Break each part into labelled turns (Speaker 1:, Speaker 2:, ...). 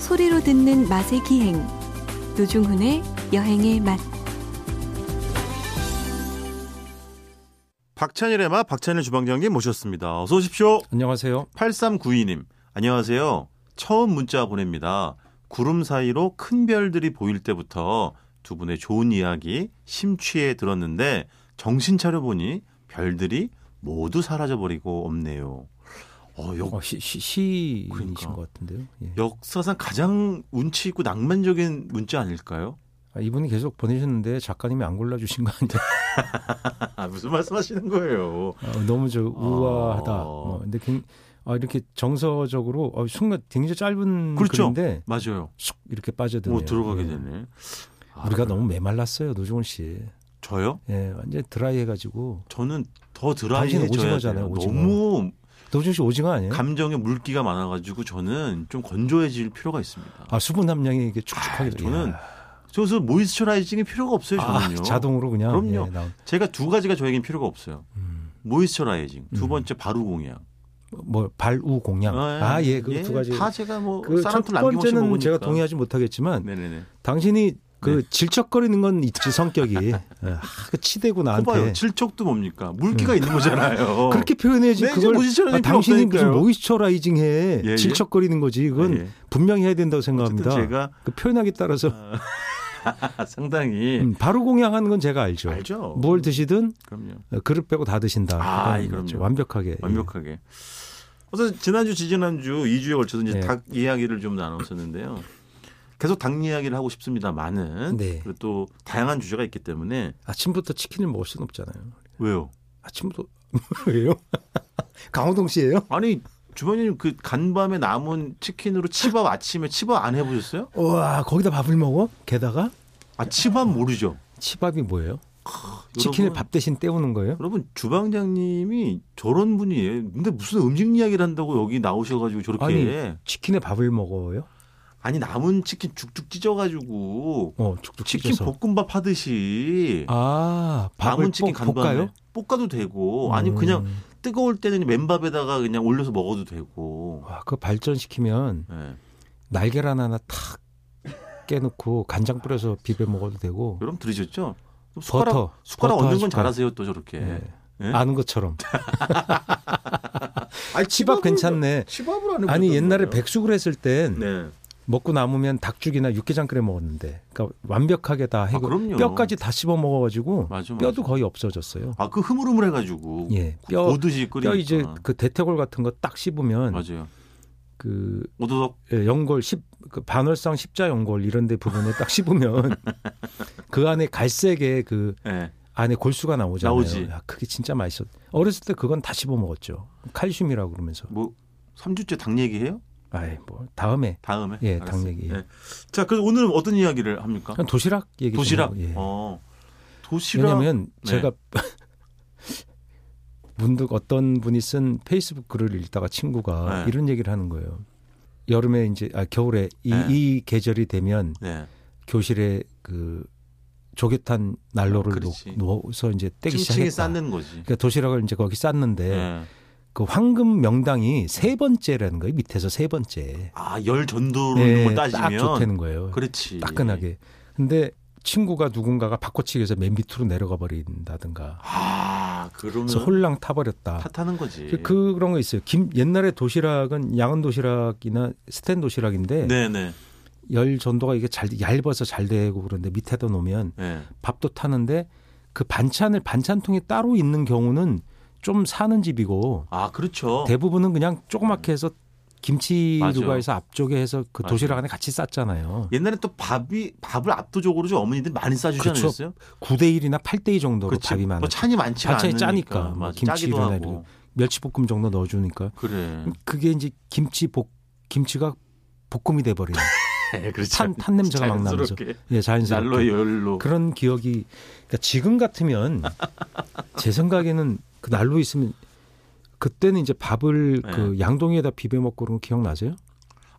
Speaker 1: 소리로 듣는 맛의 기행 노중훈의 여행의 맛
Speaker 2: 박찬일의 맛 박찬일 주방장님 모셨습니다. 어서 오십시오.
Speaker 3: 안녕하세요.
Speaker 2: 8392님 안녕하세요. 처음 문자 보냅니다. 구름 사이로 큰 별들이 보일 때부터 두 분의 좋은 이야기 심취해 들었는데 정신 차려 보니 별들이 모두 사라져 버리고 없네요. 어, 역,
Speaker 3: 어, 시, 시, 시인이신
Speaker 2: 그러니까.
Speaker 3: 것 같은데요. 예.
Speaker 2: 역사상 가장 운치 있고 낭만적인 문자 아닐까요?
Speaker 3: 아, 이분이 계속 보내셨는데 작가님이 안 골라주신 거 아니에요?
Speaker 2: 아, 무슨 말씀하시는 거예요?
Speaker 3: 아, 너무 저 우아하다.
Speaker 2: 아.
Speaker 3: 뭐, 근데 굉- 아, 이렇게 정서적으로 어, 순간 굉장히 짧은
Speaker 2: 그렇죠.
Speaker 3: 글인데
Speaker 2: 맞아요.
Speaker 3: 쑥 이렇게 빠져드네요.
Speaker 2: 오 들어가게
Speaker 3: 예.
Speaker 2: 되네. 아,
Speaker 3: 우리가 너무 메말랐어요, 노종훈 씨.
Speaker 2: 저요?
Speaker 3: 예, 완전 히 드라이해가지고
Speaker 2: 저는 더
Speaker 3: 당신
Speaker 2: 드라이해져야
Speaker 3: 오징어잖아요,
Speaker 2: 돼요.
Speaker 3: 오징어. 예?
Speaker 2: 너무
Speaker 3: 노종 씨 오징어 아니에요?
Speaker 2: 감정의 물기가 많아가지고 저는 좀 건조해질 필요가 있습니다.
Speaker 3: 아, 수분 함량이 이게 축축하게.
Speaker 2: 아, 저는
Speaker 3: 이야.
Speaker 2: 그래서 모이스처라이징이 필요가 없어요.
Speaker 3: 아,
Speaker 2: 저는요.
Speaker 3: 자동으로 그냥.
Speaker 2: 그럼요.
Speaker 3: 예, 나온-
Speaker 2: 제가 두 가지가 저에겐 필요가 없어요.
Speaker 3: 음.
Speaker 2: 모이스처라이징 두
Speaker 3: 음.
Speaker 2: 번째 바루 공양.
Speaker 3: 뭐 발우 공양. 아, 예, 그 두 가지.
Speaker 2: 다 제가 뭐
Speaker 3: 그첫
Speaker 2: 사람들 남김없이
Speaker 3: 번째는
Speaker 2: 먹으니까.
Speaker 3: 제가 동의하지 못하겠지만
Speaker 2: 네네네.
Speaker 3: 당신이
Speaker 2: 네.
Speaker 3: 그 질척거리는 건 있지 성격이 예. 아, 그 치대고 나한테 어.
Speaker 2: 봐봐요. 질척도 뭡니까? 물기가 있는 거잖아요.
Speaker 3: 음. 그렇게 표현해야지
Speaker 2: 네, 이제
Speaker 3: 그걸
Speaker 2: 모이스처라이징
Speaker 3: 아,
Speaker 2: 필요
Speaker 3: 당신이
Speaker 2: 없다니까요.
Speaker 3: 무슨 모이스처라이징해
Speaker 2: 예, 예.
Speaker 3: 질척거리는 거지 이건
Speaker 2: 아, 예.
Speaker 3: 분명히 해야 된다고
Speaker 2: 어쨌든
Speaker 3: 생각합니다.
Speaker 2: 제가
Speaker 3: 그 표현하기 따라서
Speaker 2: 아, 상당히
Speaker 3: 음, 바로 공양하는 건 제가 알죠.
Speaker 2: 알죠.
Speaker 3: 뭘 드시든
Speaker 2: 그럼요.
Speaker 3: 어, 그릇 빼고 다 드신다.
Speaker 2: 아,
Speaker 3: 그건
Speaker 2: 그럼요.
Speaker 3: 완벽하게 예.
Speaker 2: 완벽하게. 어서 지난주 지지난주 2주에 걸쳐서 이제
Speaker 3: 네.
Speaker 2: 닭 이야기를 좀 나눴었는데요. 계속 닭 이야기를 하고 싶습니다만은
Speaker 3: 네.
Speaker 2: 그리고 또 다양한 주제가 있기 때문에
Speaker 3: 아침부터 치킨을 먹을 수는 없잖아요.
Speaker 2: 왜요?
Speaker 3: 아침부터 왜요? 강호동 씨예요?
Speaker 2: 아니 주방님 그 간밤에 남은 치킨으로 치밥 아침에 치밥 안 해보셨어요?
Speaker 3: 와 거기다 밥을 먹어? 게다가
Speaker 2: 아 치밥 모르죠?
Speaker 3: 치밥이 뭐예요? 치킨을
Speaker 2: 여러분,
Speaker 3: 밥 대신 때우는 거예요?
Speaker 2: 여러분 주방장님이 저런 분이에요. 근데 무슨 음식 이야기를 한다고 여기 나오셔가지고 저렇게 아니,
Speaker 3: 아니. 치킨에 밥을 먹어요?
Speaker 2: 남은 치킨 죽죽 찢어가지고
Speaker 3: 어, 쭉쭉
Speaker 2: 치킨
Speaker 3: 찢어서.
Speaker 2: 볶음밥 하듯이
Speaker 3: 아, 밥을
Speaker 2: 남은 치킨
Speaker 3: 볶- 볶아요?
Speaker 2: 간밤에 볶아도 되고 아니
Speaker 3: 음.
Speaker 2: 그냥 뜨거울 때는 맨밥에다가 그냥 올려서 먹어도 되고
Speaker 3: 와, 그거 발전시키면
Speaker 2: 예.
Speaker 3: 날계란 하나 탁 깨놓고 간장 뿌려서 비벼 먹어도 되고.
Speaker 2: 여러분 들으셨죠? 또 숟가락
Speaker 3: 버터.
Speaker 2: 숟가락
Speaker 3: 버터
Speaker 2: 얹는
Speaker 3: 한
Speaker 2: 건
Speaker 3: 숟가락.
Speaker 2: 잘하세요 또 저렇게.
Speaker 3: 예.
Speaker 2: 예?
Speaker 3: 아는 것처럼. 치밥 괜찮네.
Speaker 2: 치밥을 안
Speaker 3: 아니 옛날에 백숙을 했을 땐
Speaker 2: 네.
Speaker 3: 먹고 남으면 닭죽이나 육개장 끓여 먹었는데, 그러니까 완벽하게 다 해고
Speaker 2: 아, 그럼요.
Speaker 3: 뼈까지 다 씹어 먹어가지고
Speaker 2: 맞아, 맞아.
Speaker 3: 뼈도 거의 없어졌어요.
Speaker 2: 아그 흐물흐물해가지고
Speaker 3: 예, 뼈
Speaker 2: 오듯이 끓이니까.
Speaker 3: 뼈 이제 그 대퇴골 같은 거 딱 씹으면
Speaker 2: 맞아요.
Speaker 3: 그
Speaker 2: 오도독
Speaker 3: 예, 연골 십그 반월상 십자 연골 이런데 부분에 딱 씹으면 그 안에 갈색의 그
Speaker 2: 예.
Speaker 3: 안에 골수가 나오잖아요.
Speaker 2: 나오지.
Speaker 3: 야, 그게 진짜 맛있었. 어렸을 때 그건 다 씹어 먹었죠. 칼슘이라고 그러면서.
Speaker 2: 뭐 3주째 당 얘기해요?
Speaker 3: 아이 뭐 다음에
Speaker 2: 다음에.
Speaker 3: 예,
Speaker 2: 알았어요.
Speaker 3: 당 얘기.
Speaker 2: 예. 자, 그래서 오늘은 어떤 이야기를 합니까?
Speaker 3: 그냥 도시락 얘기. 좀
Speaker 2: 도시락.
Speaker 3: 하고, 예.
Speaker 2: 어. 도시락.
Speaker 3: 왜냐하면
Speaker 2: 네.
Speaker 3: 제가 문득 어떤 분이 쓴 페이스북 글을 읽다가 친구가
Speaker 2: 네.
Speaker 3: 이런 얘기를 하는 거예요. 여름에 이제 아 겨울에 이,
Speaker 2: 네.
Speaker 3: 이 계절이 되면
Speaker 2: 네.
Speaker 3: 교실에 그 조개탄 난로를
Speaker 2: 그렇지.
Speaker 3: 놓, 놓아서 이제 떼기
Speaker 2: 층층이
Speaker 3: 시작했다.
Speaker 2: 쌓는 거지.
Speaker 3: 그러니까 도시락을 이제 거기 쌌는데
Speaker 2: 예.
Speaker 3: 그 황금 명당이 세 번째라는 거예요. 밑에서 세 번째.
Speaker 2: 아, 열 전도로
Speaker 3: 예,
Speaker 2: 있는 걸
Speaker 3: 딱
Speaker 2: 따지면
Speaker 3: 좋다는 거예요.
Speaker 2: 그렇지.
Speaker 3: 따끈하게. 근데 친구가 누군가가 바꿔치기해서 맨 밑으로 내려가 버린다든가.
Speaker 2: 아, 그러면
Speaker 3: 그래서 홀랑 타버렸다.
Speaker 2: 탓하는 거지.
Speaker 3: 그, 그런 거 있어요. 김, 옛날에 도시락은 양은 도시락이나 스텐 도시락인데
Speaker 2: 네, 네.
Speaker 3: 열 전도가 이게 잘 얇아서 잘 되고 그런데 밑에다 놓으면
Speaker 2: 예.
Speaker 3: 밥도 타는데 그 반찬을 반찬통에 따로 있는 경우는 좀 사는 집이고
Speaker 2: 아, 그렇죠.
Speaker 3: 대부분은 그냥 조그맣게 해서
Speaker 2: 맞아요.
Speaker 3: 김치류가 해서 앞쪽에 해서 그
Speaker 2: 맞아요.
Speaker 3: 도시락 안에 같이 쌌잖아요.
Speaker 2: 옛날에 또 밥이 밥을 압도적으로 좀 어머니들 많이 싸주지
Speaker 3: 그렇죠.
Speaker 2: 않았어요?
Speaker 3: 9대 1이나 8대 2 정도로
Speaker 2: 그렇지.
Speaker 3: 밥이 많아.
Speaker 2: 뭐 찬이 많지 않으니까.
Speaker 3: 반찬이 짜니까. 뭐
Speaker 2: 맞아.
Speaker 3: 김치
Speaker 2: 짜기도
Speaker 3: 이런
Speaker 2: 하고.
Speaker 3: 멸치볶음 정도 넣어 주니까
Speaker 2: 그래.
Speaker 3: 그게 이제 김치 볶 김치가 볶음이 돼 버리는.
Speaker 2: 네, 그렇지.
Speaker 3: 탄- 탄 냄새가 막 나면서.
Speaker 2: 자연스럽게.
Speaker 3: 예, 자연스럽게.
Speaker 2: 날로 열로.
Speaker 3: 그런 기억이 그러니까 지금 같으면 제 생각에는 그 난로 있으면 그때는 이제 밥을
Speaker 2: 네.
Speaker 3: 그 양동이에다 비벼 먹고 그런 거 기억나세요?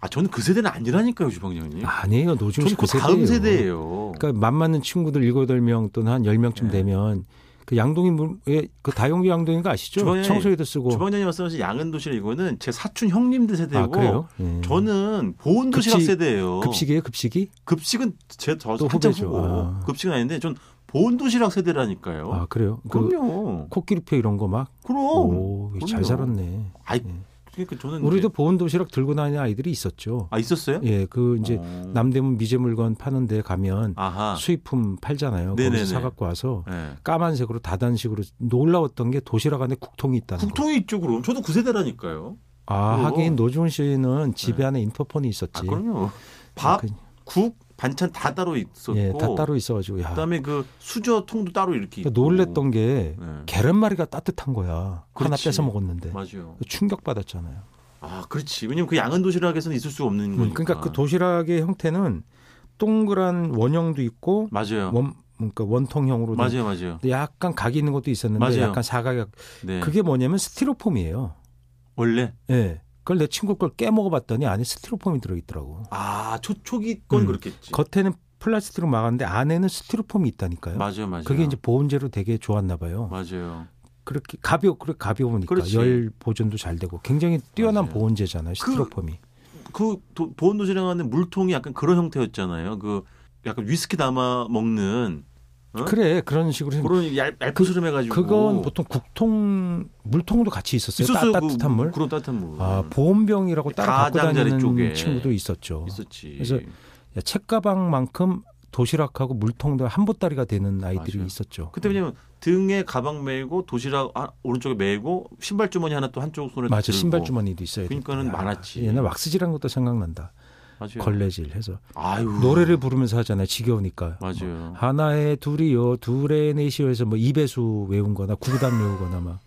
Speaker 2: 아, 저는 그 세대는 아니라니까요, 주방장님.
Speaker 3: 아니에요. 노중
Speaker 2: 저는 예? 그
Speaker 3: 씨그 세대예요.
Speaker 2: 다음 세대예요.
Speaker 3: 그러니까 맘 맞는 친구들 7, 8명 또는 한 10명쯤
Speaker 2: 네.
Speaker 3: 되면 그 양동이 물에 그 다용도 양동이가 아시죠?
Speaker 2: 주방에-
Speaker 3: 청소기도 쓰고.
Speaker 2: 주방장님 말씀하신 양은 도시락 이거는 제 사촌 형님들 세대고
Speaker 3: 뭐 아 그래요? 예.
Speaker 2: 저는 보온 도시락
Speaker 3: 급식-
Speaker 2: 세대예요.
Speaker 3: 급식이에요, 급식이?
Speaker 2: 급식은 제더
Speaker 3: 또
Speaker 2: 한참
Speaker 3: 후배죠.
Speaker 2: 후고
Speaker 3: 아.
Speaker 2: 급식은 아닌데 전 보온 도시락 세대라니까요.
Speaker 3: 아 그래요? 그
Speaker 2: 어? 그럼요. 어,
Speaker 3: 코끼리표 이런 거 막.
Speaker 2: 그럼.
Speaker 3: 오,
Speaker 2: 그럼요.
Speaker 3: 잘 살았네.
Speaker 2: 아이,
Speaker 3: 예.
Speaker 2: 그러니까 저는
Speaker 3: 우리도
Speaker 2: 이제-
Speaker 3: 보온 도시락 들고 다니는 아이들이 있었죠.
Speaker 2: 아 있었어요?
Speaker 3: 예, 그 이제
Speaker 2: 어.
Speaker 3: 남대문 미제 물건 파는 데 가면
Speaker 2: 아하.
Speaker 3: 수입품 팔잖아요.
Speaker 2: 네네네.
Speaker 3: 거기서 사갖고 와서
Speaker 2: 예.
Speaker 3: 까만색으로 다단식으로 놀라웠던 게 도시락 안에 국통이 있다는 거.
Speaker 2: 국통이 있죠 그럼. 저도 그 세대라니까요.
Speaker 3: 아,
Speaker 2: 그거.
Speaker 3: 하긴 노준 씨는 집에 안에 인터폰이 있었지.
Speaker 2: 아 그럼요. 밥,
Speaker 3: 그-
Speaker 2: 국, 반찬 다 따로 있었고.
Speaker 3: 예, 다 따로 있어가지고 야.
Speaker 2: 그다음에 그 수저 통도 따로 이렇게.
Speaker 3: 그러니까
Speaker 2: 있고.
Speaker 3: 놀랬던 게
Speaker 2: 네.
Speaker 3: 계란말이가 따뜻한 거야. 하나
Speaker 2: 그렇지.
Speaker 3: 뺏어 먹었는데 그
Speaker 2: 맞아요.
Speaker 3: 충격 받았잖아요.
Speaker 2: 아 그렇지. 왜냐면 그 양은 도시락에서는 있을 수 없는 거니까.
Speaker 3: 그러니까 그 도시락의 형태는 동그란 원형도 있고
Speaker 2: 맞아요.
Speaker 3: 원 그러니까 원통형으로 된-
Speaker 2: 맞아요, 맞아요.
Speaker 3: 근데 약간 각이 있는 것도 있었는데
Speaker 2: 맞아요.
Speaker 3: 약간 사각
Speaker 2: 네.
Speaker 3: 그게 뭐냐면 스티로폼이에요.
Speaker 2: 원래
Speaker 3: 예. 그걸 내 친구 걸 깨먹어 봤더니 안에 스티로폼이 들어 있더라고.
Speaker 2: 아 초, 초기 건
Speaker 3: 음.
Speaker 2: 그렇겠지.
Speaker 3: 겉에는 플라스틱으로 막았는데 안에는 스티로폼이 있다니까요.
Speaker 2: 맞아요, 맞아요.
Speaker 3: 그게 이제 보온재로 되게 좋았나 봐요.
Speaker 2: 맞아요.
Speaker 3: 그렇게 가벼 그렇게 가벼우니까
Speaker 2: 그렇지.
Speaker 3: 열 보존도 잘 되고 굉장히 뛰어난
Speaker 2: 맞아요.
Speaker 3: 보온재잖아요. 스티로폼이.
Speaker 2: 그 도, 보온 도시락 안에 물통이 약간 그런 형태였잖아요. 그 약간 위스키 담아 먹는 어?
Speaker 3: 그, 래 그런 식으로 생-
Speaker 2: 그런 얇, 얇으스름해가지고
Speaker 3: 그건 보통 국통 물통도 같이 있었어요.
Speaker 2: 있었어요.
Speaker 3: 따, 뜻한
Speaker 2: 그,
Speaker 3: 물.
Speaker 2: 그런 따뜻한 물 음,
Speaker 3: 아 보온병이라고 따라 갖고
Speaker 2: 가장자리
Speaker 3: 다니는
Speaker 2: 쪽에
Speaker 3: 친구도 있었죠.
Speaker 2: 있었지.
Speaker 3: 뭐. 그래서 야, 책가방만큼 도시락하고 물통도 한 보따리가 되는 아이들이
Speaker 2: 맞아요.
Speaker 3: 있었죠.
Speaker 2: 그때 왜냐면 등에 가방 메고 도시락 하- 오른쪽에 메고 신발 주머니 하나 또 한쪽 손에
Speaker 3: 맞아
Speaker 2: 들고.
Speaker 3: 신발 주머니도 있어야 돼.
Speaker 2: 그러니까는 많았지. 그렇죠.
Speaker 3: 옛날 왁스질한 것도 생각난다.
Speaker 2: 맞아요.
Speaker 3: 걸레질 해서
Speaker 2: 아유
Speaker 3: 노래를 부르면서 하잖아요. 지겨우니까.
Speaker 2: 맞아요.
Speaker 3: 하나에 둘이요, 둘에 넷이요 해서 뭐 2배수 외운거나 구구단 외우거나 막.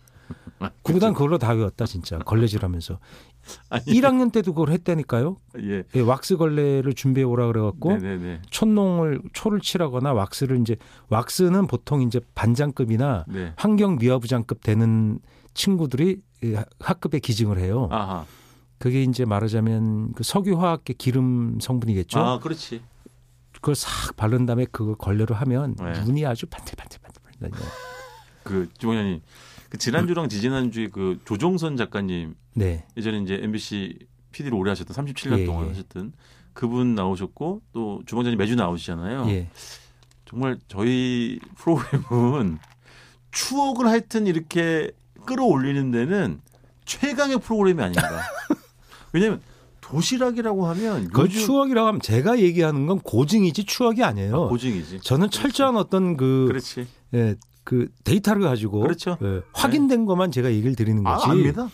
Speaker 3: 아, 구구단 그걸로 다 외웠다 진짜 걸레질하면서.
Speaker 2: 아니.
Speaker 3: 1학년 때도 그걸 했다니까요.
Speaker 2: 예.
Speaker 3: 예, 왁스 걸레를 준비해 오라 그래갖고
Speaker 2: 네네네.
Speaker 3: 촛농을 초를 칠하거나 왁스를 이제 왁스는 보통 이제 반장급이나
Speaker 2: 네.
Speaker 3: 환경 미화부장급 되는 친구들이 이 하- 학급에 기증을 해요.
Speaker 2: 아하.
Speaker 3: 그게 이제 말하자면 그 석유화학계 기름 성분이겠죠.
Speaker 2: 아 그렇지.
Speaker 3: 그걸 싹 바른 다음에 그걸 걸레로 하면
Speaker 2: 네.
Speaker 3: 눈이 아주 반들반들반들.
Speaker 2: 그 주방장님 그 지난주랑 지지난주에 그 조종선 작가님
Speaker 3: 네.
Speaker 2: 예전에 이제 MBC PD를 오래 하셨던 37년
Speaker 3: 예,
Speaker 2: 동안
Speaker 3: 예.
Speaker 2: 하셨던 그분 나오셨고 또 주방장님 매주 나오시잖아요.
Speaker 3: 예.
Speaker 2: 정말 저희 프로그램은 추억을 하여튼 이렇게 끌어올리는 데는 최강의 프로그램이 아닌가. 왜냐하면 도시락이라고 하면
Speaker 3: 그
Speaker 2: 요즘
Speaker 3: 추억이라고 하면 제가 얘기하는 건 고증이지 추억이 아니에요.
Speaker 2: 고증이지.
Speaker 3: 저는 철저한 어떤 그,
Speaker 2: 그렇지.
Speaker 3: 예, 그 데이터를 가지고
Speaker 2: 그렇죠.
Speaker 3: 예, 확인된 것만 제가 얘기를 드리는
Speaker 2: 아,
Speaker 3: 거지. 음.
Speaker 2: 압니다.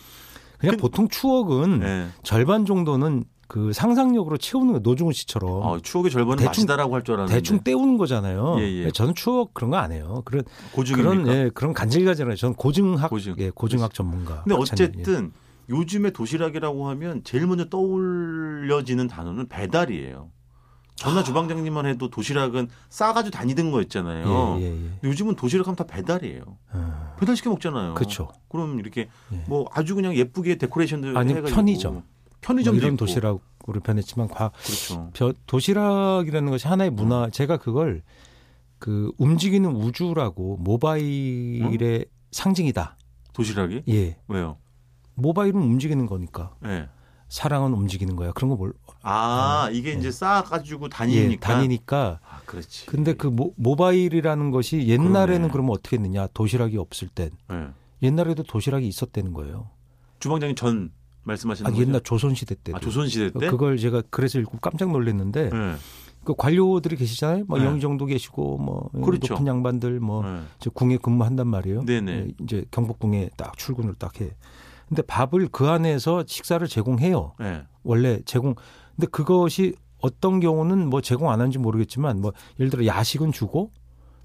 Speaker 3: 그냥
Speaker 2: 그-
Speaker 3: 보통 추억은
Speaker 2: 예.
Speaker 3: 절반 정도는 그 상상력으로 채우는 거 노중훈 씨처럼
Speaker 2: 어, 추억의 절반은
Speaker 3: 대충-
Speaker 2: 맛이다라고 할 줄 알았는데
Speaker 3: 대충 때우는 거잖아요.
Speaker 2: 네.
Speaker 3: 네,
Speaker 2: 예, 예.
Speaker 3: 저는 추억 그런 거 안 해요. 그런
Speaker 2: 고증입니까?
Speaker 3: 그런 예, 그런 간질간질한 저는 고증학
Speaker 2: 고증.
Speaker 3: 예, 고증학 전문가. 아,
Speaker 2: 근데
Speaker 3: 박찬일,
Speaker 2: 어쨌든 요즘에 도시락이라고 하면 제일 먼저 떠올려지는 단어는 배달이에요. 전화
Speaker 3: 아.
Speaker 2: 주방장님만 해도 도시락은 싸가지고 다니던
Speaker 3: 예.
Speaker 2: 거였잖아요.
Speaker 3: 예, 예, 예.
Speaker 2: 근데 요즘은 도시락 하면 다 배달이에요.
Speaker 3: 어,
Speaker 2: 배달 시켜 먹잖아요.
Speaker 3: 그렇죠.
Speaker 2: 럼 이렇게
Speaker 3: 예.
Speaker 2: 뭐 아주 그냥 예쁘게 데코레이션들
Speaker 3: 아니면
Speaker 2: 해가지고
Speaker 3: 편의점.
Speaker 2: 편의점
Speaker 3: 뭐 이런 도시락으로 변했지만 과
Speaker 2: 그렇죠.
Speaker 3: 벼- 도시락이라는 것이 하나의
Speaker 2: 음.
Speaker 3: 문화. 제가 그걸 그 움직이는 우주라고 모바일의
Speaker 2: 음?
Speaker 3: 상징이다.
Speaker 2: 도시락이
Speaker 3: 예.
Speaker 2: 왜요?
Speaker 3: 모바일은 움직이는 거니까
Speaker 2: 예.
Speaker 3: 사랑은 움직이는 거야. 그런 거 뭘?
Speaker 2: 아 이게 이제 싸가지고 다니니까.
Speaker 3: 예, 다니니까.
Speaker 2: 아 그렇지.
Speaker 3: 근데 그 모, 모바일이라는 것이 옛날에는
Speaker 2: 그러네.
Speaker 3: 그러면 어떻게 했느냐? 도시락이 없을 땐
Speaker 2: 예.
Speaker 3: 옛날에도 도시락이 있었다는 거예요.
Speaker 2: 주방장님 전 말씀하시는
Speaker 3: 아,
Speaker 2: 거죠?
Speaker 3: 옛날 조선 시대 때도. 어,
Speaker 2: 아, 조선시대 때.
Speaker 3: 그걸 제가 그래서 읽고 깜짝 놀랐는데
Speaker 2: 예.
Speaker 3: 그 관료들이 계시잖아요. 뭐
Speaker 2: 네.
Speaker 3: 영의정도 계시고 뭐
Speaker 2: 그렇죠.
Speaker 3: 높은 양반들 뭐
Speaker 2: 예.
Speaker 3: 저 궁에 근무한단 말이에요.
Speaker 2: 네네.
Speaker 3: 예, 이제 경복궁에 딱 출근을 딱 해. 근데 밥을 그 안에서 식사를 제공해요.
Speaker 2: 예.
Speaker 3: 원래 제공. 근데 그것이 어떤 경우는 뭐 제공 안 하는지 모르겠지만 뭐 예를 들어 야식은 주고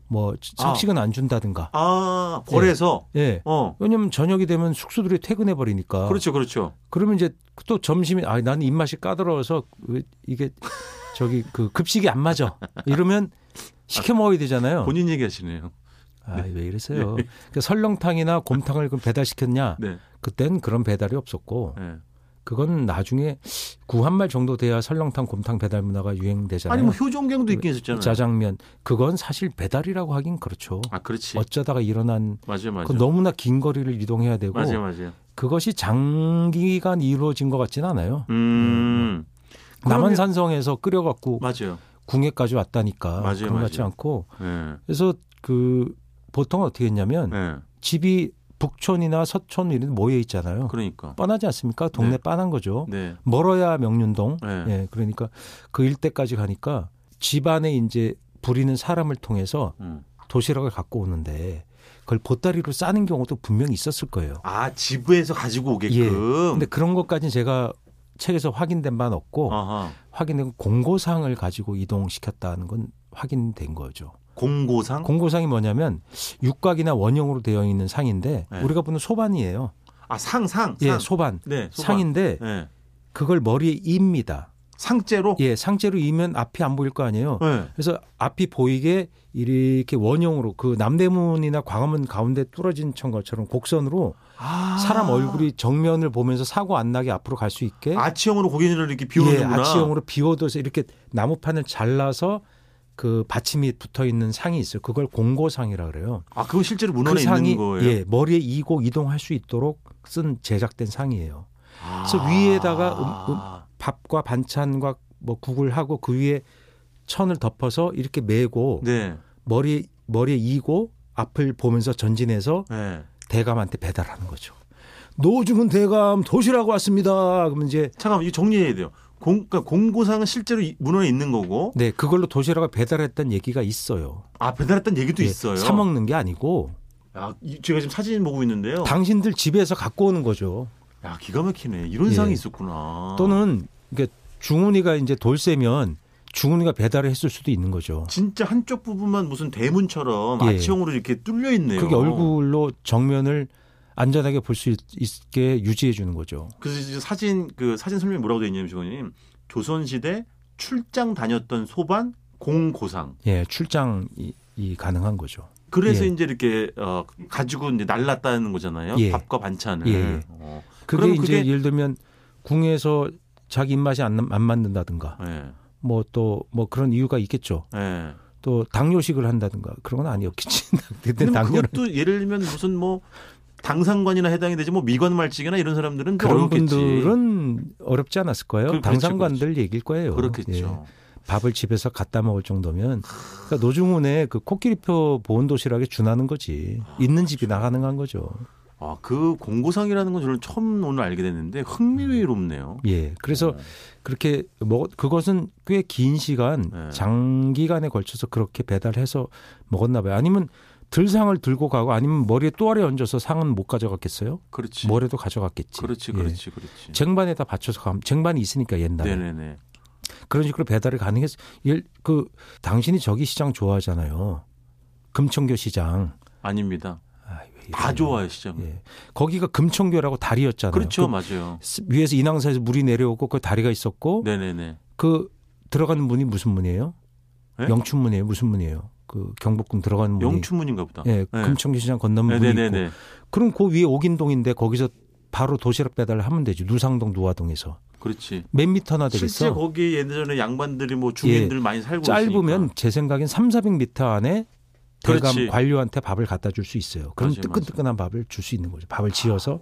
Speaker 3: 뭐 상식은 안 준다든가.
Speaker 2: 아, 벌에서
Speaker 3: 예. 아.
Speaker 2: 어.
Speaker 3: 왜냐면 저녁이 되면 숙소들이 퇴근해 버리니까.
Speaker 2: 그렇죠. 그렇죠.
Speaker 3: 그러면 이제 또 점심이 아 나는 입맛이 까다로워서 왜 이게 저기 그 급식이 안 맞아. 이러면 시켜 먹어야 되잖아요.
Speaker 2: 본인 얘기하시네요. 네.
Speaker 3: 아, 왜 이러세요? 그러니까 설렁탕이나 곰탕을 그럼 배달시켰냐?
Speaker 2: 네.
Speaker 3: 그땐 그런 배달이 없었고
Speaker 2: 네.
Speaker 3: 그건 나중에 구한말 정도 돼야 설렁탕 곰탕 배달 문화가 유행되잖아요.
Speaker 2: 아니 뭐 효종경도 있긴 있었잖아요.
Speaker 3: 짜장면 그건 사실 배달이라고 하긴 그렇죠.
Speaker 2: 아 그렇지.
Speaker 3: 어쩌다가 일어난
Speaker 2: 맞아요, 맞아요.
Speaker 3: 그 너무나 긴 거리를 이동해야 되고
Speaker 2: 맞아요, 맞아요.
Speaker 3: 그것이 장기간 이루어진 것 같진 않아요.
Speaker 2: 음, 그러면-
Speaker 3: 남한산성에서 끓여갖고
Speaker 2: 맞아요.
Speaker 3: 궁예까지 왔다니까
Speaker 2: 맞아요,
Speaker 3: 그런 것 같지
Speaker 2: 맞아요.
Speaker 3: 않고
Speaker 2: 예,
Speaker 3: 그래서 그 보통 어떻게 했냐면
Speaker 2: 예.
Speaker 3: 집이 북촌이나 서촌 이런 데 모여 있잖아요.
Speaker 2: 그러니까.
Speaker 3: 뻔하지 않습니까? 동네
Speaker 2: 네.
Speaker 3: 뻔한 거죠.
Speaker 2: 네,
Speaker 3: 멀어야 명륜동.
Speaker 2: 네.
Speaker 3: 예, 그러니까 그 일대까지 가니까 집안에 이제 부리는 사람을 통해서
Speaker 2: 음.
Speaker 3: 도시락을 갖고 오는데 그걸 보따리로 싸는 경우도 분명히 있었을 거예요.
Speaker 2: 아 지부에서 가지고
Speaker 3: 예.
Speaker 2: 오게끔.
Speaker 3: 근데 그런 뭐. 것까지는 제가 책에서 확인된 바는 없고
Speaker 2: 아하.
Speaker 3: 확인된 건 공고상을 가지고 이동시켰다는 건 확인된 거죠.
Speaker 2: 공고상.
Speaker 3: 공고상이 뭐냐면 육각이나 원형으로 되어 있는 상인데
Speaker 2: 네.
Speaker 3: 우리가 보는 소반이에요.
Speaker 2: 아 상상.
Speaker 3: 예,
Speaker 2: 상.
Speaker 3: 소반.
Speaker 2: 네, 소방.
Speaker 3: 상인데
Speaker 2: 예.
Speaker 3: 그걸 머리에 입니다.
Speaker 2: 상제로.
Speaker 3: 예, 상체로 이면 앞이 안 보일 거 아니에요.
Speaker 2: 예.
Speaker 3: 그래서 앞이 보이게 이렇게 원형으로 그 남대문이나 광화문 가운데 뚫어진 청것처럼 곡선으로
Speaker 2: 아.
Speaker 3: 사람 얼굴이 정면을 보면서 사고 안 나게 앞으로 갈 수 있게
Speaker 2: 아치형으로 고개를 이렇게
Speaker 3: 예,
Speaker 2: 비우는구나.
Speaker 3: 아치형으로 비워둬서 이렇게 나무판을 잘라서 그 받침이 붙어 있는 상이 있어요. 그걸 공고상이라 그래요.
Speaker 2: 아, 그건 실제로 문헌에
Speaker 3: 그 상이
Speaker 2: 있는 거예요.
Speaker 3: 예, 머리에 이고 이동할 수 있도록 쓴 제작된 상이에요.
Speaker 2: 아.
Speaker 3: 그래서 위에다가 음, 밥과 반찬과 뭐 국을 하고 그 위에 천을 덮어서 이렇게 메고
Speaker 2: 네.
Speaker 3: 머리 머리에 이고 앞을 보면서 전진해서
Speaker 2: 네.
Speaker 3: 대감한테 배달하는 거죠. 노중은 대감 도시락 왔습니다. 그러면 이제
Speaker 2: 잠깐만 이거 정리해야 돼요. 공, 그러니까 공고상은 실제로 이- 문헌에 있는 거고
Speaker 3: 네 그걸로 도시락을 배달했다는 얘기가 있어요.
Speaker 2: 아 배달했던 얘기도
Speaker 3: 예,
Speaker 2: 있어요.
Speaker 3: 사 먹는 게 아니고
Speaker 2: 야, 이- 제가 지금 사진 보고 있는데요.
Speaker 3: 당신들 집에서 갖고 오는 거죠.
Speaker 2: 야 기가 막히네. 이런
Speaker 3: 예.
Speaker 2: 상이 있었구나.
Speaker 3: 또는 이게 중훈이가 이제 돌세면 중훈이가 배달을 했을 수도 있는 거죠.
Speaker 2: 진짜 한쪽 부분만 무슨 대문처럼
Speaker 3: 예.
Speaker 2: 아치형으로 이렇게 뚫려 있네요.
Speaker 3: 그게 얼굴로 정면을 안전하게 볼 수 있게 유지해 주는 거죠.
Speaker 2: 그래서 이제 사진 그 사진 설명이 뭐라고 되어 있냐면 직원님 조선시대 출장 다녔던 소반 공고상.
Speaker 3: 예, 출장이 이 가능한 거죠.
Speaker 2: 그래서
Speaker 3: 예.
Speaker 2: 이제 이렇게 어, 가지고 이제 날랐다는 거잖아요.
Speaker 3: 예.
Speaker 2: 밥과 반찬을.
Speaker 3: 예, 예.
Speaker 2: 어.
Speaker 3: 그게
Speaker 2: 그럼
Speaker 3: 이제
Speaker 2: 그게-
Speaker 3: 예를 들면 궁에서 자기 입맛이 안, 안 맞는다든가
Speaker 2: 예.
Speaker 3: 뭐 또 뭐 그런 이유가 있겠죠.
Speaker 2: 예.
Speaker 3: 또 당뇨식을 한다든가 그런 건 아니었겠지. 그때
Speaker 2: 근데 뭐
Speaker 3: 당뇨를
Speaker 2: 그것도 예를 들면 무슨 뭐 당상관이나 해당이 되지 뭐 미관 말직이나 이런 사람들은 좀
Speaker 3: 그런
Speaker 2: 어렵겠지.
Speaker 3: 분들은 어렵지 않았을 거예요.
Speaker 2: 그- 그렇죠,
Speaker 3: 당상관들 얘기일 거예요.
Speaker 2: 그렇겠죠.
Speaker 3: 예, 밥을 집에서 갖다 먹을 정도면 그러니까 노중훈의 그 코끼리표 보온 도시락에 준하는 거지. 있는 집이나
Speaker 2: 그렇죠.
Speaker 3: 가능한 거죠.
Speaker 2: 아, 그 공고상이라는 건 저는 처음 오늘 알게 됐는데 흥미롭네요.
Speaker 3: 예. 그래서
Speaker 2: 어.
Speaker 3: 그렇게 먹 그것은 꽤 긴 시간
Speaker 2: 네.
Speaker 3: 장기간에 걸쳐서 그렇게 배달해서 먹었나 봐요. 아니면 들상을 들고 가고 아니면 머리에 또아래 얹어서 상은 못 가져갔겠어요?
Speaker 2: 그렇지.
Speaker 3: 모래도 가져갔겠지.
Speaker 2: 그렇지,
Speaker 3: 예.
Speaker 2: 그렇지, 그렇지.
Speaker 3: 쟁반에다 받쳐서 가면 쟁반이 있으니까 옛날에
Speaker 2: 네네네.
Speaker 3: 그런 식으로 배달이 가능했어. 예, 그 당신이 저기 시장 좋아하잖아요. 금천교 시장.
Speaker 2: 아닙니다.
Speaker 3: 아, 왜 이러냐.
Speaker 2: 다 좋아요, 시장.
Speaker 3: 예. 거기가 금천교라고 다리였잖아요.
Speaker 2: 그렇죠,
Speaker 3: 그
Speaker 2: 맞아요.
Speaker 3: 스- 위에서 인왕산에서 물이 내려오고 그 다리가 있었고
Speaker 2: 네네네.
Speaker 3: 그 들어가는 문이 무슨 문이에요?
Speaker 2: 예?
Speaker 3: 영춘문이에요. 무슨 문이에요? 그 경복궁 들어가는 문이.
Speaker 2: 영춘문인가 보다.
Speaker 3: 예,
Speaker 2: 네.
Speaker 3: 금천교 시장 건너면 문이 있고.
Speaker 2: 네네네.
Speaker 3: 그럼 그 위에 옥인동인데 거기서 바로 도시락 배달을 하면 되지. 누상동 누화동에서.
Speaker 2: 그렇지.
Speaker 3: 몇 미터나
Speaker 2: 실제
Speaker 3: 되겠어? 예.
Speaker 2: 거기 예전에 양반들이 뭐 주민들 많이 살고
Speaker 3: 짧으면
Speaker 2: 있으니까.
Speaker 3: 제 생각엔 3, 400m 안에 대감
Speaker 2: 그렇지.
Speaker 3: 관료한테 밥을 갖다 줄 수 있어요. 그럼
Speaker 2: 맞아요,
Speaker 3: 뜨끈뜨끈한 밥을 줄 수 있는 거죠. 밥을 지어서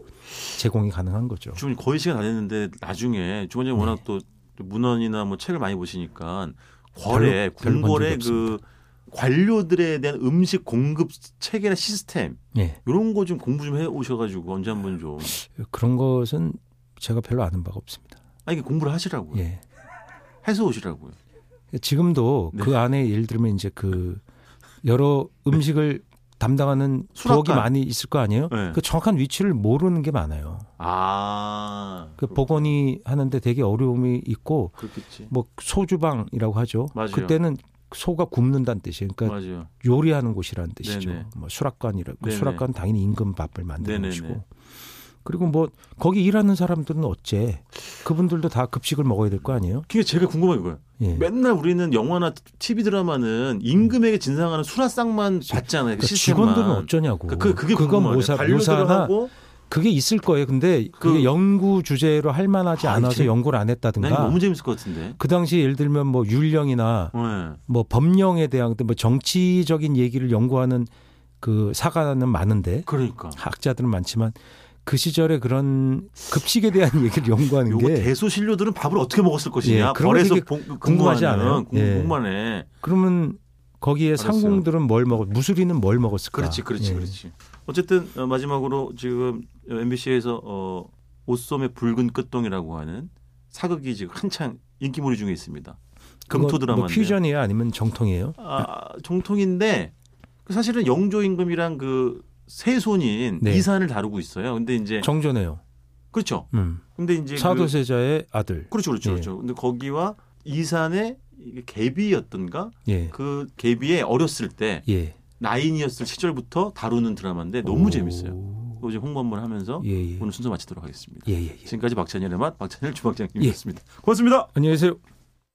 Speaker 3: 제공이 가능한 거죠.
Speaker 2: 주문 거의 시간 다 됐는데 나중에 주원님 워낙 또 문헌이나 뭐 책을 많이 보시니까 거래
Speaker 3: 네. 별로- 별로 본
Speaker 2: 궁궐의
Speaker 3: 적이
Speaker 2: 그 관료들에 대한 음식 공급 체계나 시스템
Speaker 3: 예.
Speaker 2: 이런 거 좀 공부 좀 해 오셔가지고 언제 한번 좀
Speaker 3: 그런 것은 제가 별로 아는 바가 없습니다.
Speaker 2: 아니 이게 공부를 하시라고요
Speaker 3: 예.
Speaker 2: 해서 오시라고요
Speaker 3: 지금도
Speaker 2: 네.
Speaker 3: 그 안에 예를 들면 이제 그 여러 음식을 담당하는
Speaker 2: 수락관.
Speaker 3: 부엌이 많이 있을 거 아니에요?
Speaker 2: 네.
Speaker 3: 그 정확한 위치를 모르는 게 많아요.
Speaker 2: 아
Speaker 3: 그 복원이 하는데 되게 어려움이 있고
Speaker 2: 그렇겠지
Speaker 3: 뭐 소주방이라고 하죠.
Speaker 2: 맞아요.
Speaker 3: 그때는 소가 굽는다는 뜻이에요. 그러니까
Speaker 2: 맞아요
Speaker 3: 요리하는 곳이라는 뜻이죠.
Speaker 2: 네네.
Speaker 3: 뭐 수락관이라고
Speaker 2: 네네.
Speaker 3: 수락관 당연히 임금 밥을 만드는
Speaker 2: 네네네.
Speaker 3: 것이고 그리고 뭐 거기 일하는 사람들은 어째 그분들도 다 급식을 먹어야 될 거 아니에요?
Speaker 2: 그게 그러니까 제가 궁금한 거예요
Speaker 3: 예.
Speaker 2: 맨날 우리는 영화나 TV 드라마는 임금에게 진상하는 수라상만 봤잖아요 그
Speaker 3: 그러니까
Speaker 2: 시스템만
Speaker 3: 직원들은 어쩌냐고.
Speaker 2: 그, 그- 그게
Speaker 3: 건
Speaker 2: 궁금하네
Speaker 3: 모사,
Speaker 2: 관료들하고
Speaker 3: 모사나 그게 있을 거예요. 근데 그게
Speaker 2: 그-
Speaker 3: 연구 주제로 할 만하지
Speaker 2: 아,
Speaker 3: 않아서
Speaker 2: 이제-
Speaker 3: 연구를 안
Speaker 2: 난
Speaker 3: 했다든가.
Speaker 2: 이거 너무 재밌을 것 같은데.
Speaker 3: 그 당시 예를 들면 뭐 율령이나
Speaker 2: 네.
Speaker 3: 뭐 법령에 대한 뭐 정치적인 얘기를 연구하는 그 사가는 많은데
Speaker 2: 그러니까.
Speaker 3: 학자들은 많지만 그 시절에 그런 급식에 대한 얘기를 연구하는
Speaker 2: 요거
Speaker 3: 게
Speaker 2: 대소신료들은 밥을 어떻게 먹었을 것이냐.
Speaker 3: 예, 그런
Speaker 2: 벌에서
Speaker 3: 게
Speaker 2: 봉-
Speaker 3: 궁금하지
Speaker 2: 궁금하는,
Speaker 3: 않아요?
Speaker 2: 궁-
Speaker 3: 예.
Speaker 2: 궁금하네.
Speaker 3: 그러면 거기에
Speaker 2: 알았어요.
Speaker 3: 상공들은 뭘 먹었 무수리는 뭘 먹었을까?
Speaker 2: 그렇지, 그렇지,
Speaker 3: 예.
Speaker 2: 그렇지. 어쨌든 어, 마지막으로 지금 MBC에서 어, 옷솜의 붉은 끝동이라고 하는 사극이 지금 한창 인기몰이 중에 있습니다.
Speaker 3: 그거
Speaker 2: 금토 드라마.
Speaker 3: 뭐 퓨전이에요 아니면 정통이에요?
Speaker 2: 아, 정통인데 그 사실은 영조 임금이랑 그 세손인
Speaker 3: 네.
Speaker 2: 이산을 다루고 있어요. 근데 이제
Speaker 3: 정조네요.
Speaker 2: 그렇죠.
Speaker 3: 음.
Speaker 2: 근데 이제 그-
Speaker 3: 사도세자의 아들.
Speaker 2: 그렇죠, 그렇죠,
Speaker 3: 예.
Speaker 2: 그렇죠. 근데 거기와 이산의 이게 개비였던가
Speaker 3: 예.
Speaker 2: 그 개비의 어렸을 때
Speaker 3: 예.
Speaker 2: 나인이었을 시절부터 다루는 드라마인데 너무
Speaker 3: 오.
Speaker 2: 재밌어요. 그거 지금 홍보 한번 하면서
Speaker 3: 예, 예.
Speaker 2: 오늘 순서 마치도록 하겠습니다.
Speaker 3: 예, 예, 예.
Speaker 2: 지금까지 박찬일의 맛 박찬일 주방장님이었습니다. 고맙습니다.
Speaker 3: 안녕히 계세요.